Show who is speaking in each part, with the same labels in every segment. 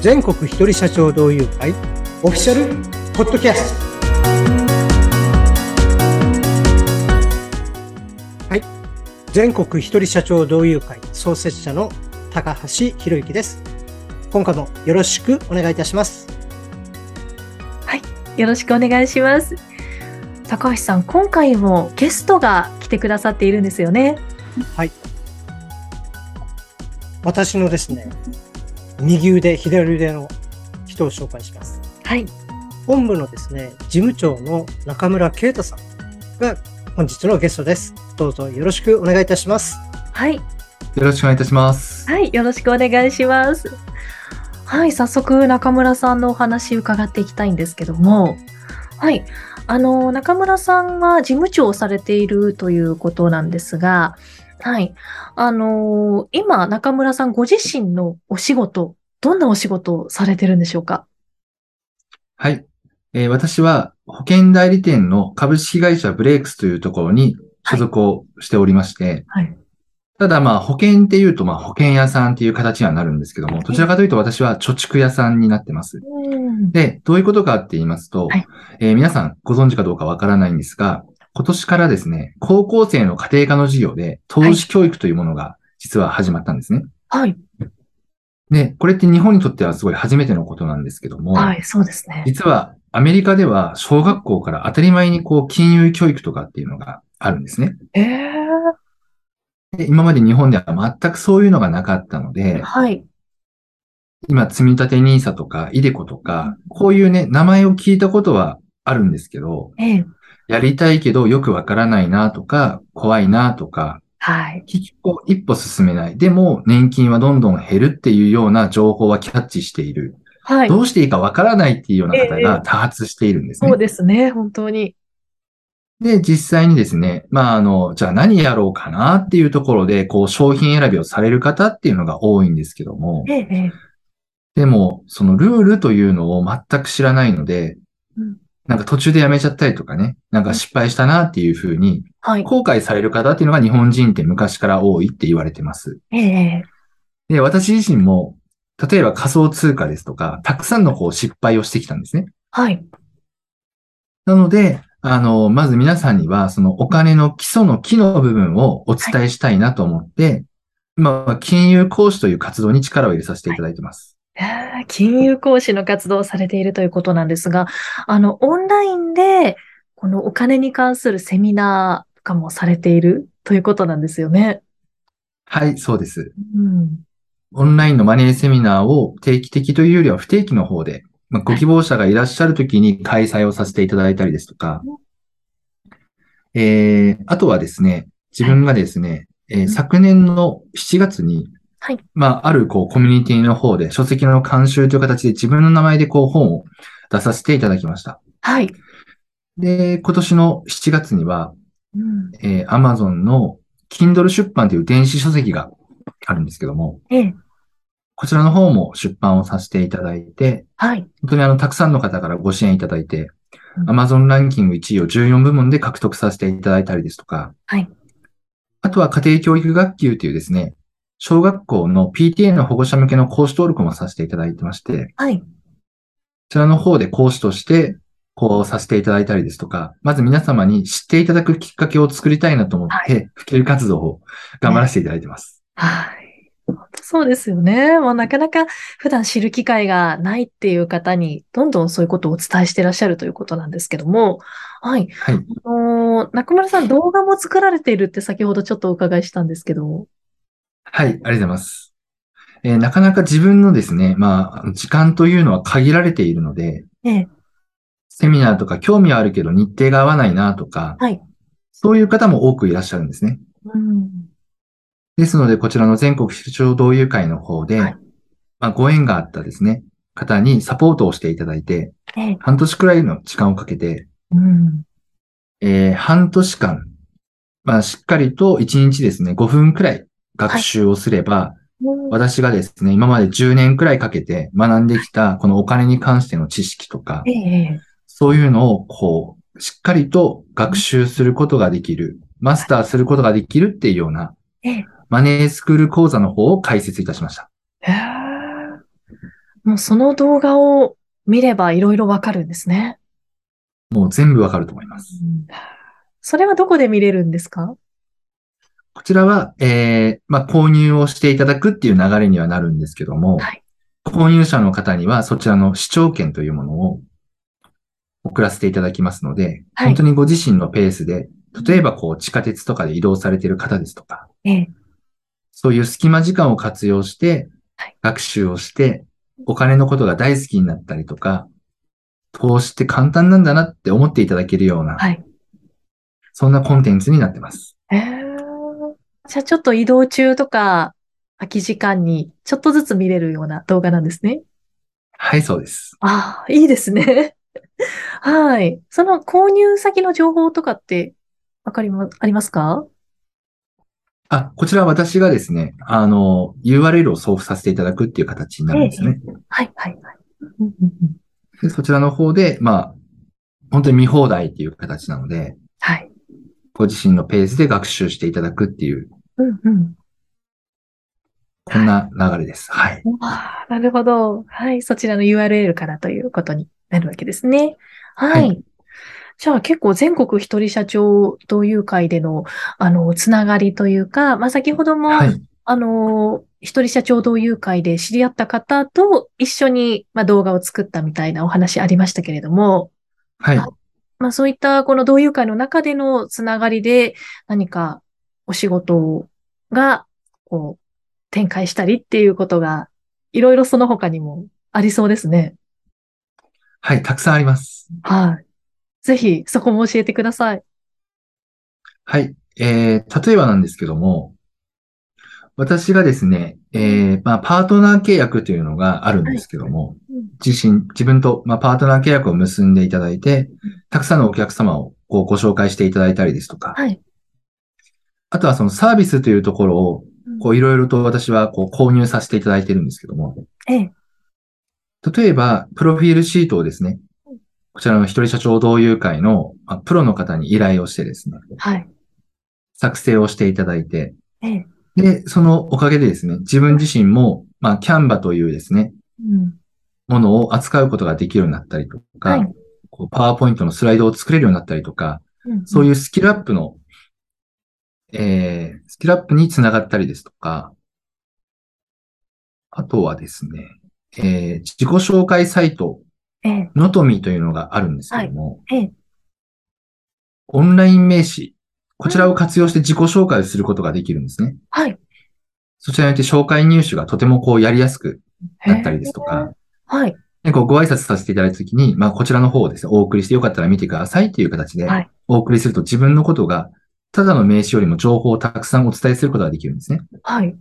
Speaker 1: 全国一人社長同友会オフィシャルポッドキャストはい全国一人社長同友会創設者の高橋博之です今回もよろしくお願いいたします
Speaker 2: よろしくお願いします。高橋さん、今回もゲストが来てくださっているんですよね。
Speaker 1: 私のですね右腕左腕の人を紹介します
Speaker 2: はい。
Speaker 1: 本部のですね事務長の中村啓太さんが本日のゲストですどうぞよろしくお願いいたします
Speaker 2: はい。
Speaker 3: よろしくお願いいたします。
Speaker 2: はい。よろしくお願いします。はい。早速、中村さんのお話伺っていきたいんですけども。はい。あの、中村さんは事務長をされているということなんですが、はい。あの、今、中村さんご自身のお仕事、どんなお仕事をされてるんでしょうか
Speaker 3: はい。えー私は保険代理店の株式会社ブレイクスというところに所属をしておりまして、
Speaker 2: はい。
Speaker 3: ただまあ保険っていうとまあ保険屋さんっていう形にはなるんですけども、どちらかというと私は貯蓄屋さんになってます。
Speaker 2: うん。
Speaker 3: で、どういうことかって言いますと、
Speaker 2: はい
Speaker 3: えー皆さんご存知かどうかわからないんですが、今年からですね、高校生の家庭科の授業で投資教育というものが実は始まったんですね。
Speaker 2: はい。
Speaker 3: で、これって日本にとってはすごい初めてのことなんですけども、
Speaker 2: はい。そうですね。
Speaker 3: 実はアメリカでは小学校から当たり前にこう金融教育とかっていうのがあるんですね。
Speaker 2: ええ
Speaker 3: で今まで日本では全くそういうのがなかったので、
Speaker 2: はい。
Speaker 3: 今積立 NISA とか iDeCo とか、こういうね、名前を聞いたことはあるんですけど、
Speaker 2: ええ。
Speaker 3: やりたいけどよくわからないなとか、怖いなとか、
Speaker 2: はい。
Speaker 3: 結局一歩進めない。でも年金はどんどん減るっていうような情報はキャッチしている。
Speaker 2: はい。
Speaker 3: どうしていいかわからないっていうような方
Speaker 2: ええ
Speaker 3: が多発しているんですね。
Speaker 2: そうですね、本当に。
Speaker 3: で、実際にですね、まあ、あの、じゃあ何やろうかなっていうところで、こう、商品選びをされる方っていうのが多いんですけども、
Speaker 2: ええ、ええ。
Speaker 3: でも、そのルールというのを全く知らないので
Speaker 2: うん、
Speaker 3: なんか途中でやめちゃったりとかね、なんか失敗したなっていうふうに、
Speaker 2: はい。
Speaker 3: 後悔される方っていうのが日本人って昔から多いって言われてます。
Speaker 2: ええ、え
Speaker 3: で、私自身も、例えば仮想通貨ですとか、たくさんのこう失敗をしてきたんですね。
Speaker 2: はい。
Speaker 3: なので、あの、まず皆さんには、そのお金の基礎の木の部分をお伝えしたいなと思って、まあ、金融講師という活動に力を入れさせていただいてます。
Speaker 2: ええ金融講師の活動をされているということなんですが、あの、オンラインで、このお金に関するセミナーとかもされているということなんですよね。
Speaker 3: はい、そうです。
Speaker 2: うん。
Speaker 3: オンラインのマネーセミナーを定期的というよりは不定期の方で、まあ、ご希望者がいらっしゃるときに開催をさせていただいたりですとか、えー、あとはですね、自分がですね、えー昨年の7月に、
Speaker 2: はい
Speaker 3: まあ、あるこうコミュニティの方で書籍の監修という形で自分の名前でこう本を出させていただきました。
Speaker 2: はい。
Speaker 3: で、今年の7月には、
Speaker 2: うん。
Speaker 3: えー Amazon の Kindle 出版という電子書籍があるんですけども、
Speaker 2: ええ、
Speaker 3: こちらの方も出版をさせていただいて、
Speaker 2: はい。
Speaker 3: 本当にあの、たくさんの方からご支援いただいて
Speaker 2: う、ん
Speaker 3: Amazon ランキング1位を14部門で獲得させていただいたりですとか、
Speaker 2: はい。
Speaker 3: あとは家庭教育学級というですね、小学校の PTA の保護者向けの講師登録もさせていただいてまして、
Speaker 2: はい。
Speaker 3: こちらの方で講師として、こうさせていただいたりですとか、まず皆様に知っていただくきっかけを作りたいなと思って、普及活動を頑張らせていただいてます。
Speaker 2: はい。本当そうですよね。まあ、なかなか普段知る機会がないっていう方に、どんどんそういうことをお伝えしてらっしゃるということなんですけども、はい。
Speaker 3: はい。
Speaker 2: あのー中村さん、動画も作られているって先ほどちょっとお伺いしたんですけども。
Speaker 3: はい、ありがとうございます。えーなかなか自分のですね、まああの、時間というのは限られているので、
Speaker 2: ええ。
Speaker 3: セミナーとか興味はあるけど日程が合わないなとか、
Speaker 2: はい
Speaker 3: そういう方も多くいらっしゃるんですね。
Speaker 2: うん。
Speaker 3: ですので、こちらの全国出張同友会の方で、
Speaker 2: はい
Speaker 3: まあ、ご縁があったですね、方にサポートをしていただいて、
Speaker 2: ええ。
Speaker 3: 半年くらいの時間をかけて、
Speaker 2: うん。
Speaker 3: えー半年間、まあ、しっかりと1日ですね、5分くらい学習をすれば、私がですね、今まで10年くらいかけて学んできた、このお金に関しての知識とか
Speaker 2: え、え。
Speaker 3: そういうのを、こう、しっかりと学習することができる、マスターすることができるっていうような
Speaker 2: ええ。
Speaker 3: マネースクール講座の方を開設いたしました。
Speaker 2: へえもうその動画を見ればいろいろわかるんですね。
Speaker 3: もう全部わかると思います。
Speaker 2: それはどこで見れるんですか
Speaker 3: こちらは、えー、まあ、購入をしていただくっていう流れにはなるんですけども、
Speaker 2: はい
Speaker 3: 購入者の方にはそちらの視聴券というものを送らせていただきますので、
Speaker 2: はい
Speaker 3: 本当にご自身のペースで、例えばこう地下鉄とかで移動されている方ですとか、
Speaker 2: ええ。
Speaker 3: そういう隙間時間を活用して
Speaker 2: はい、
Speaker 3: 学習をして、お金のことが大好きになったりとか、投資って簡単なんだなって思っていただけるような、
Speaker 2: はい
Speaker 3: そんなコンテンツになってます。
Speaker 2: ええじゃあちょっと移動中とか、空き時間にちょっとずつ見れるような動画なんですね。
Speaker 3: はい、そうです。
Speaker 2: ああ、いいですね。 はい。その購入先の情報とかって、わかりま、ありますか
Speaker 3: あ、こちらは私がですね、あの、URL を送付させていただくっていう形になるんですね。
Speaker 2: はい、はい、はい。うんうんうん
Speaker 3: でそちらの方で、まあ、本当に見放題っていう形なので、
Speaker 2: はい。
Speaker 3: ご自身のペースで学習していただくっていう、
Speaker 2: うんうん。
Speaker 3: こんな流れです。はい。
Speaker 2: ああ、なるほど。はい。そちらの URL からということになるわけですね。はい。
Speaker 3: は
Speaker 2: じゃあ結構全国一人社長同友会での、あの、つながりというか、まあ、先ほども、
Speaker 3: はい。
Speaker 2: あの、一人社長同友会で知り合った方と一緒に、まあ、動画を作ったみたいなお話ありましたけれども、
Speaker 3: はい。
Speaker 2: まあ、そういったこの同友会の中でのつながりで何かお仕事がこう展開したりっていうことがいろいろその他にもありそうですね。
Speaker 3: はい。たくさんあります。
Speaker 2: はい。ぜひそこも教えてください。
Speaker 3: はい。えー、例えばなんですけども、私がですね、えー、まあ、パートナー契約というのがあるんですけども、
Speaker 2: うん
Speaker 3: 自身、自分と、まあ、パートナー契約を結んでいただいて、たくさんのお客様をこうご紹介していただいたりですとか、
Speaker 2: はい。
Speaker 3: あとはそのサービスというところを
Speaker 2: うん、
Speaker 3: こういろいろと私はこう購入させていただいてるんですけども、
Speaker 2: ええ。
Speaker 3: 例えば、プロフィールシートをですね
Speaker 2: うん、
Speaker 3: こちらの一人社長同友会の、まあ、プロの方に依頼をしてですね、
Speaker 2: はい。
Speaker 3: 作成をしていただいて、
Speaker 2: ええ。
Speaker 3: で、そのおかげでですね、自分自身も、まあ、キャンバというですね、
Speaker 2: うん。
Speaker 3: ものを扱うことができるようになったりとか、
Speaker 2: はい
Speaker 3: こうパワーポイントのスライドを作れるようになったりとか、
Speaker 2: うん
Speaker 3: そう
Speaker 2: う
Speaker 3: い
Speaker 2: ん。
Speaker 3: うスキルアップの、えー、スキルアップにつながったりですとか、あとはですね、えー自己紹介サイト、
Speaker 2: ええ。
Speaker 3: のとみというのがあるんですけども、
Speaker 2: はいええ
Speaker 3: オンライン名刺、こちらを活用して自己紹介をすることができるんですね。
Speaker 2: はい。
Speaker 3: そちらによって紹介入手がとてもこうやりやすくなったりですと
Speaker 2: へ
Speaker 3: か
Speaker 2: え。、はい。
Speaker 3: でこうご挨拶させていただいたときに、まあこちらの方をですね、お送りしてよかったら見てくださいっていう形で
Speaker 2: はい、
Speaker 3: お送りすると自分のことが、ただの名刺よりも情報をたくさんお伝えすることができるんですね。
Speaker 2: はい。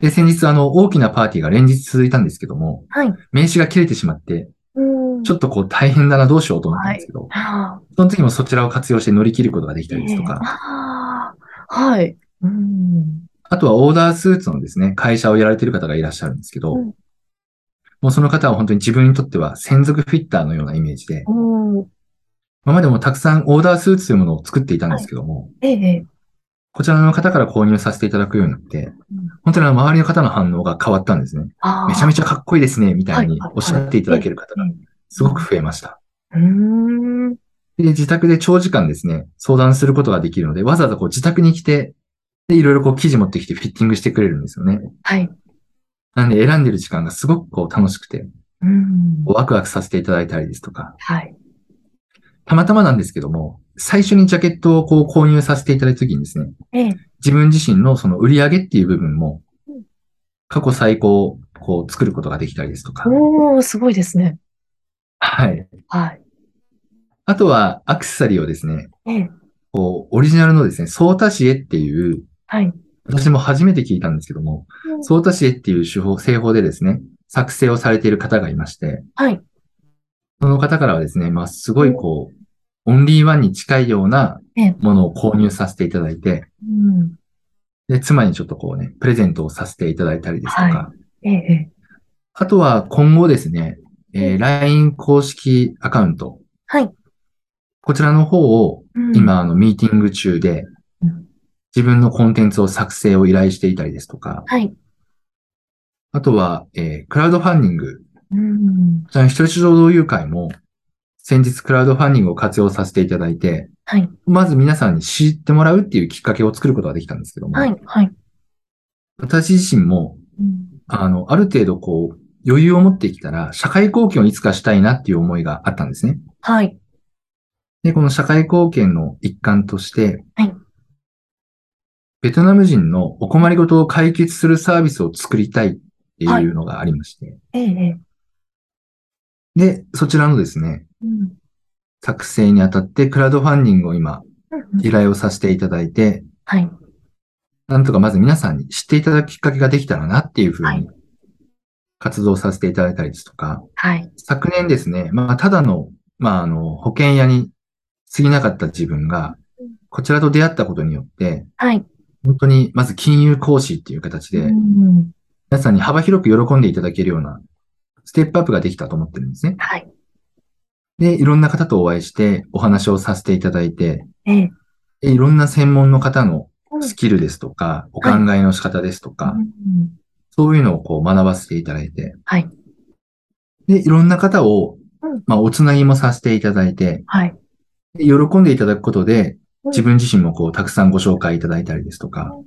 Speaker 3: で、先日あの大きなパーティーが連日続いたんですけども、
Speaker 2: はい。
Speaker 3: 名刺が切れてしまって、
Speaker 2: うん。
Speaker 3: ちょっとこう大変だな、どうしようと思ったんですけど、
Speaker 2: はあ
Speaker 3: その時もそちらを活用して乗り切ることができたりですとか、
Speaker 2: ああ。はい。うん。
Speaker 3: あとはオーダースーツのですね、会社をやられている方がいらっしゃるんですけど、
Speaker 2: うん
Speaker 3: もうその方は本当に自分にとっては専属フィッターのようなイメージで、
Speaker 2: おー
Speaker 3: 今までもたくさんオーダースーツというものを作っていたんですけども、
Speaker 2: ええ。
Speaker 3: こちらの方から購入させていただくようになって、本当にあの周りの方の反応が変わったんですね。
Speaker 2: ああ。
Speaker 3: めちゃめちゃかっこいいですね、みたい
Speaker 2: はい
Speaker 3: に
Speaker 2: はいはい
Speaker 3: おっしゃっていただける方がすごく増えました。
Speaker 2: うーん。
Speaker 3: で、自宅で長時間ですね、相談することができるので、わざわざこう自宅に来て、で、いろいろこう記事持ってきてフィッティングしてくれるんですよね。
Speaker 2: はい。
Speaker 3: なんで選んでる時間がすごくこう楽しくて、
Speaker 2: うん。
Speaker 3: ワクワクさせていただいたりですとか、
Speaker 2: はい。
Speaker 3: たまたまなんですけども、最初にジャケットをこう購入させていただいたときにですね、
Speaker 2: ええ。
Speaker 3: 自分自身のその売り上げっていう部分も
Speaker 2: うん、
Speaker 3: 過去最高をこう作ることができたりですとか、
Speaker 2: おー、すごいですね。
Speaker 3: はい。
Speaker 2: はい。
Speaker 3: あとはアクセサリーをですね、
Speaker 2: ええ。
Speaker 3: こうオリジナルのですね、ソータシエっていう、
Speaker 2: はい。
Speaker 3: 私も初めて聞いたんですけども、ソータシエっていう手法、製法でですね、作成をされている方がいまして、
Speaker 2: はい。
Speaker 3: その方からはですね、まあ、すごいこう、オンリーワンに近いような
Speaker 2: ええ
Speaker 3: ものを購入させていただいて、
Speaker 2: うん。
Speaker 3: で、妻にちょっとこうね、プレゼントをさせていただいたりですとか、
Speaker 2: はええ。
Speaker 3: あとは今後ですね、えー LINE 公式アカウント、
Speaker 2: はい。
Speaker 3: こちらの方を
Speaker 2: うん。
Speaker 3: 今、あの、ミーティング中で
Speaker 2: うん、
Speaker 3: 自分のコンテンツを作成を依頼していたりですとか、
Speaker 2: はい。
Speaker 3: あとは、えークラウドファンディング
Speaker 2: うん。
Speaker 3: その一人市場同友会も、先日クラウドファンディングを活用させていただいて、
Speaker 2: はい。
Speaker 3: まず皆さんに知ってもらうっていうきっかけを作ることができたんですけども、
Speaker 2: はい。はい。
Speaker 3: 私自身も、
Speaker 2: うん
Speaker 3: あの、ある程度こう、余裕を持ってきたら、社会貢献をいつかしたいなっていう思いがあったんですね。
Speaker 2: はい。
Speaker 3: で、この社会貢献の一環として、
Speaker 2: はい
Speaker 3: ベトナム人のお困りごとを解決するサービスを作りたいっていうのがありまして、
Speaker 2: ええええ。
Speaker 3: で、そちらのですね、
Speaker 2: うん。
Speaker 3: 作成にあたってクラウドファンディングを今、
Speaker 2: うん
Speaker 3: 依頼をさせていただいて、
Speaker 2: はい。
Speaker 3: なんとかまず皆さんに知っていただくきっかけができたらなっていうふう
Speaker 2: は
Speaker 3: に
Speaker 2: い
Speaker 3: 活動させていただいたりですとか、
Speaker 2: はい。
Speaker 3: 昨年ですね、まあ、ただの、まあ、あの、保険屋に過ぎなかった自分が
Speaker 2: うん、
Speaker 3: こちらと出会ったことによって、
Speaker 2: はい。
Speaker 3: 本当に、まず金融講師っていう形で
Speaker 2: う、ん
Speaker 3: 皆さんに幅広く喜んでいただけるような、ステップアップができたと思ってるんですね。
Speaker 2: はい。
Speaker 3: で、いろんな方とお会いして、お話をさせていただいて、
Speaker 2: ええ。
Speaker 3: でいろんな専門の方の
Speaker 2: うん
Speaker 3: スキルですとか、お考
Speaker 2: はい
Speaker 3: えの仕方ですとか、
Speaker 2: うん
Speaker 3: そういうのをこう学ばせていただいて。
Speaker 2: はい。
Speaker 3: で、いろんな方を
Speaker 2: うん、
Speaker 3: まあ、おつなぎもさせていただいて、
Speaker 2: はい。
Speaker 3: で喜んでいただくことで、
Speaker 2: うん
Speaker 3: 自分自身もこう、たくさんご紹介いただいたりですとか、
Speaker 2: うん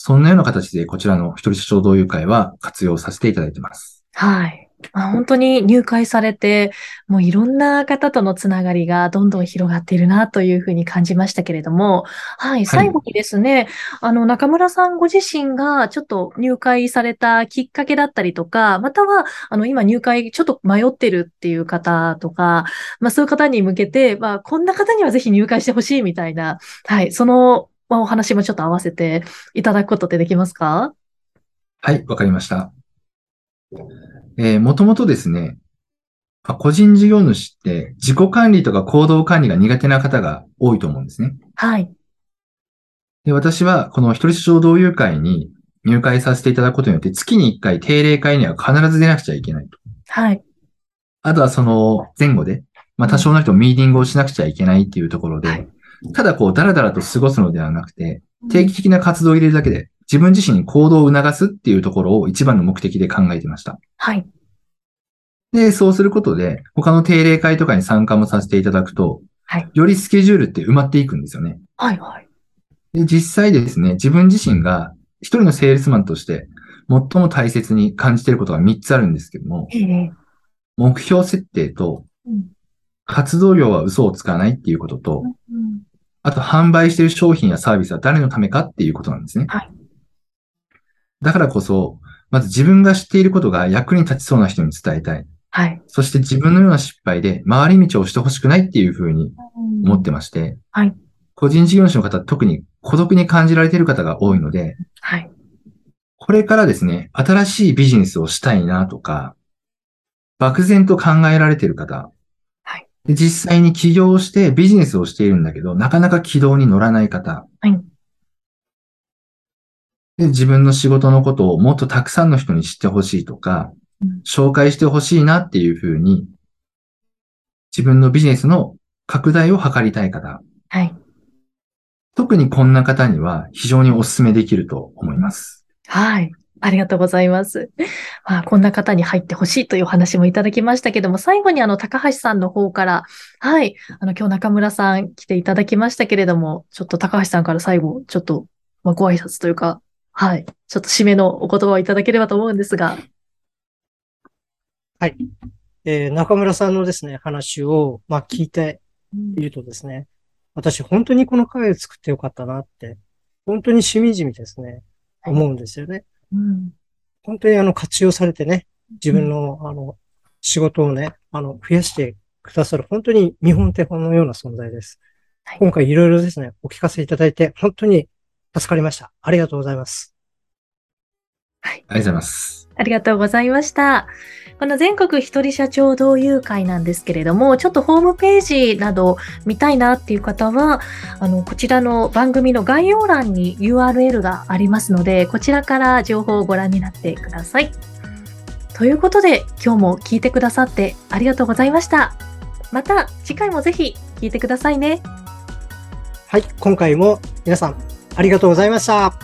Speaker 3: そんなような形でこちらの一人社長同友会は活用させていただいてます。
Speaker 2: はい。まあ、本当に入会されて、もういろんな方とのつながりがどんどん広がっているなというふうに感じましたけれども、はい、最後にですね、あの、中村さんご自身がちょっと入会されたきっかけだったりとか、または、あの、今入会ちょっと迷ってるっていう方とか、まあそういう方に向けて、まあこんな方にはぜひ入会してほしいみたいな、はい、その、まあ、お話もちょっと合わせていただくことってできますか
Speaker 3: はい、わかりました。えー、もともとですね、まあ個人事業主って自己管理とか行動管理が苦手な方が多いと思うんですね。
Speaker 2: はい。
Speaker 3: で、私は、この一人市場同友会に入会させていただくことによって、月に1回定例会には必ず出なくちゃいけないと。
Speaker 2: はい。
Speaker 3: あとはその前後で、まあ多少の人もミーティングをしなくちゃいけないっていうところで、
Speaker 2: はい
Speaker 3: ただこう、だらだらと過ごすのではなくて、定期的な活動を入れるだけで、自分自身に行動を促すっていうところを一番の目的で考えてました。
Speaker 2: はい。
Speaker 3: で、そうすることで、他の定例会とかに参加もさせていただくと、
Speaker 2: はい
Speaker 3: よりスケジュールって埋まっていくんですよね。
Speaker 2: はい、はい。
Speaker 3: で、実際ですね、自分自身が一人のセールスマンとして最も大切に感じていることが3つあるんですけども、
Speaker 2: ええ。
Speaker 3: 目標設定と
Speaker 2: うん
Speaker 3: 活動量は嘘をつかないっていうことと、
Speaker 2: うん
Speaker 3: あと販売している商品やサービスは誰のためかっていうことなんですね。
Speaker 2: はい
Speaker 3: だからこそ、まず自分が知っていることが役に立ちそうな人に伝えたい。
Speaker 2: はい。
Speaker 3: そして自分のような失敗で回り道をしてほしくないっていうふうに思ってまして、
Speaker 2: はい
Speaker 3: 個人事業主の方、特に孤独に感じられている方が多いので、
Speaker 2: はい。
Speaker 3: これからですね、新しいビジネスをしたいなとか、漠然と考えられている方、
Speaker 2: はい
Speaker 3: で実際に起業してビジネスをしているんだけど、なかなか軌道に乗らない方、
Speaker 2: はい
Speaker 3: で自分の仕事のことをもっとたくさんの人に知ってほしいとか、
Speaker 2: うん
Speaker 3: 紹介してほしいなっていうふうに、自分のビジネスの拡大を図りたい方、
Speaker 2: はい。
Speaker 3: 特にこんな方には非常にお勧めできると思います。
Speaker 2: はい。ありがとうございます。まあ、こんな方に入ってほしいというお話もいただきましたけども、最後にあの、高橋さんの方から、はい。あの、今日中村さん来ていただきましたけれども、ちょっと高橋さんから最後、ちょっと、まあ、ご挨拶というか、はい。ちょっと締めのお言葉をいただければと思うんですが。
Speaker 1: えー中村さんのですね、話を、まあ、聞いているとですね、私本当にこの会を作ってよかったなって、本当にしみじみですね、
Speaker 2: はい
Speaker 1: 思うんですよね。
Speaker 2: うん
Speaker 1: 本当にあの活用されてね、自分のあの仕事をね、あの増やしてくださる本当に見本手本のような存在です
Speaker 2: は。い
Speaker 1: 今回いろいろですね、お聞かせいただいて本当に助かりました。ありがとうございます。
Speaker 3: ありがとうございます。
Speaker 2: ありがとうございました。この全国一人社長同友会なんですけれども、ちょっとホームページなど見たいなっていう方は、あの、こちらの番組の概要欄に URL がありますので、こちらから情報をご覧になってください。ということで、今日も聞いてくださってありがとうございました。また次回もぜひ聞いてくださいね。
Speaker 1: はい、今回も皆さんありがとうございました。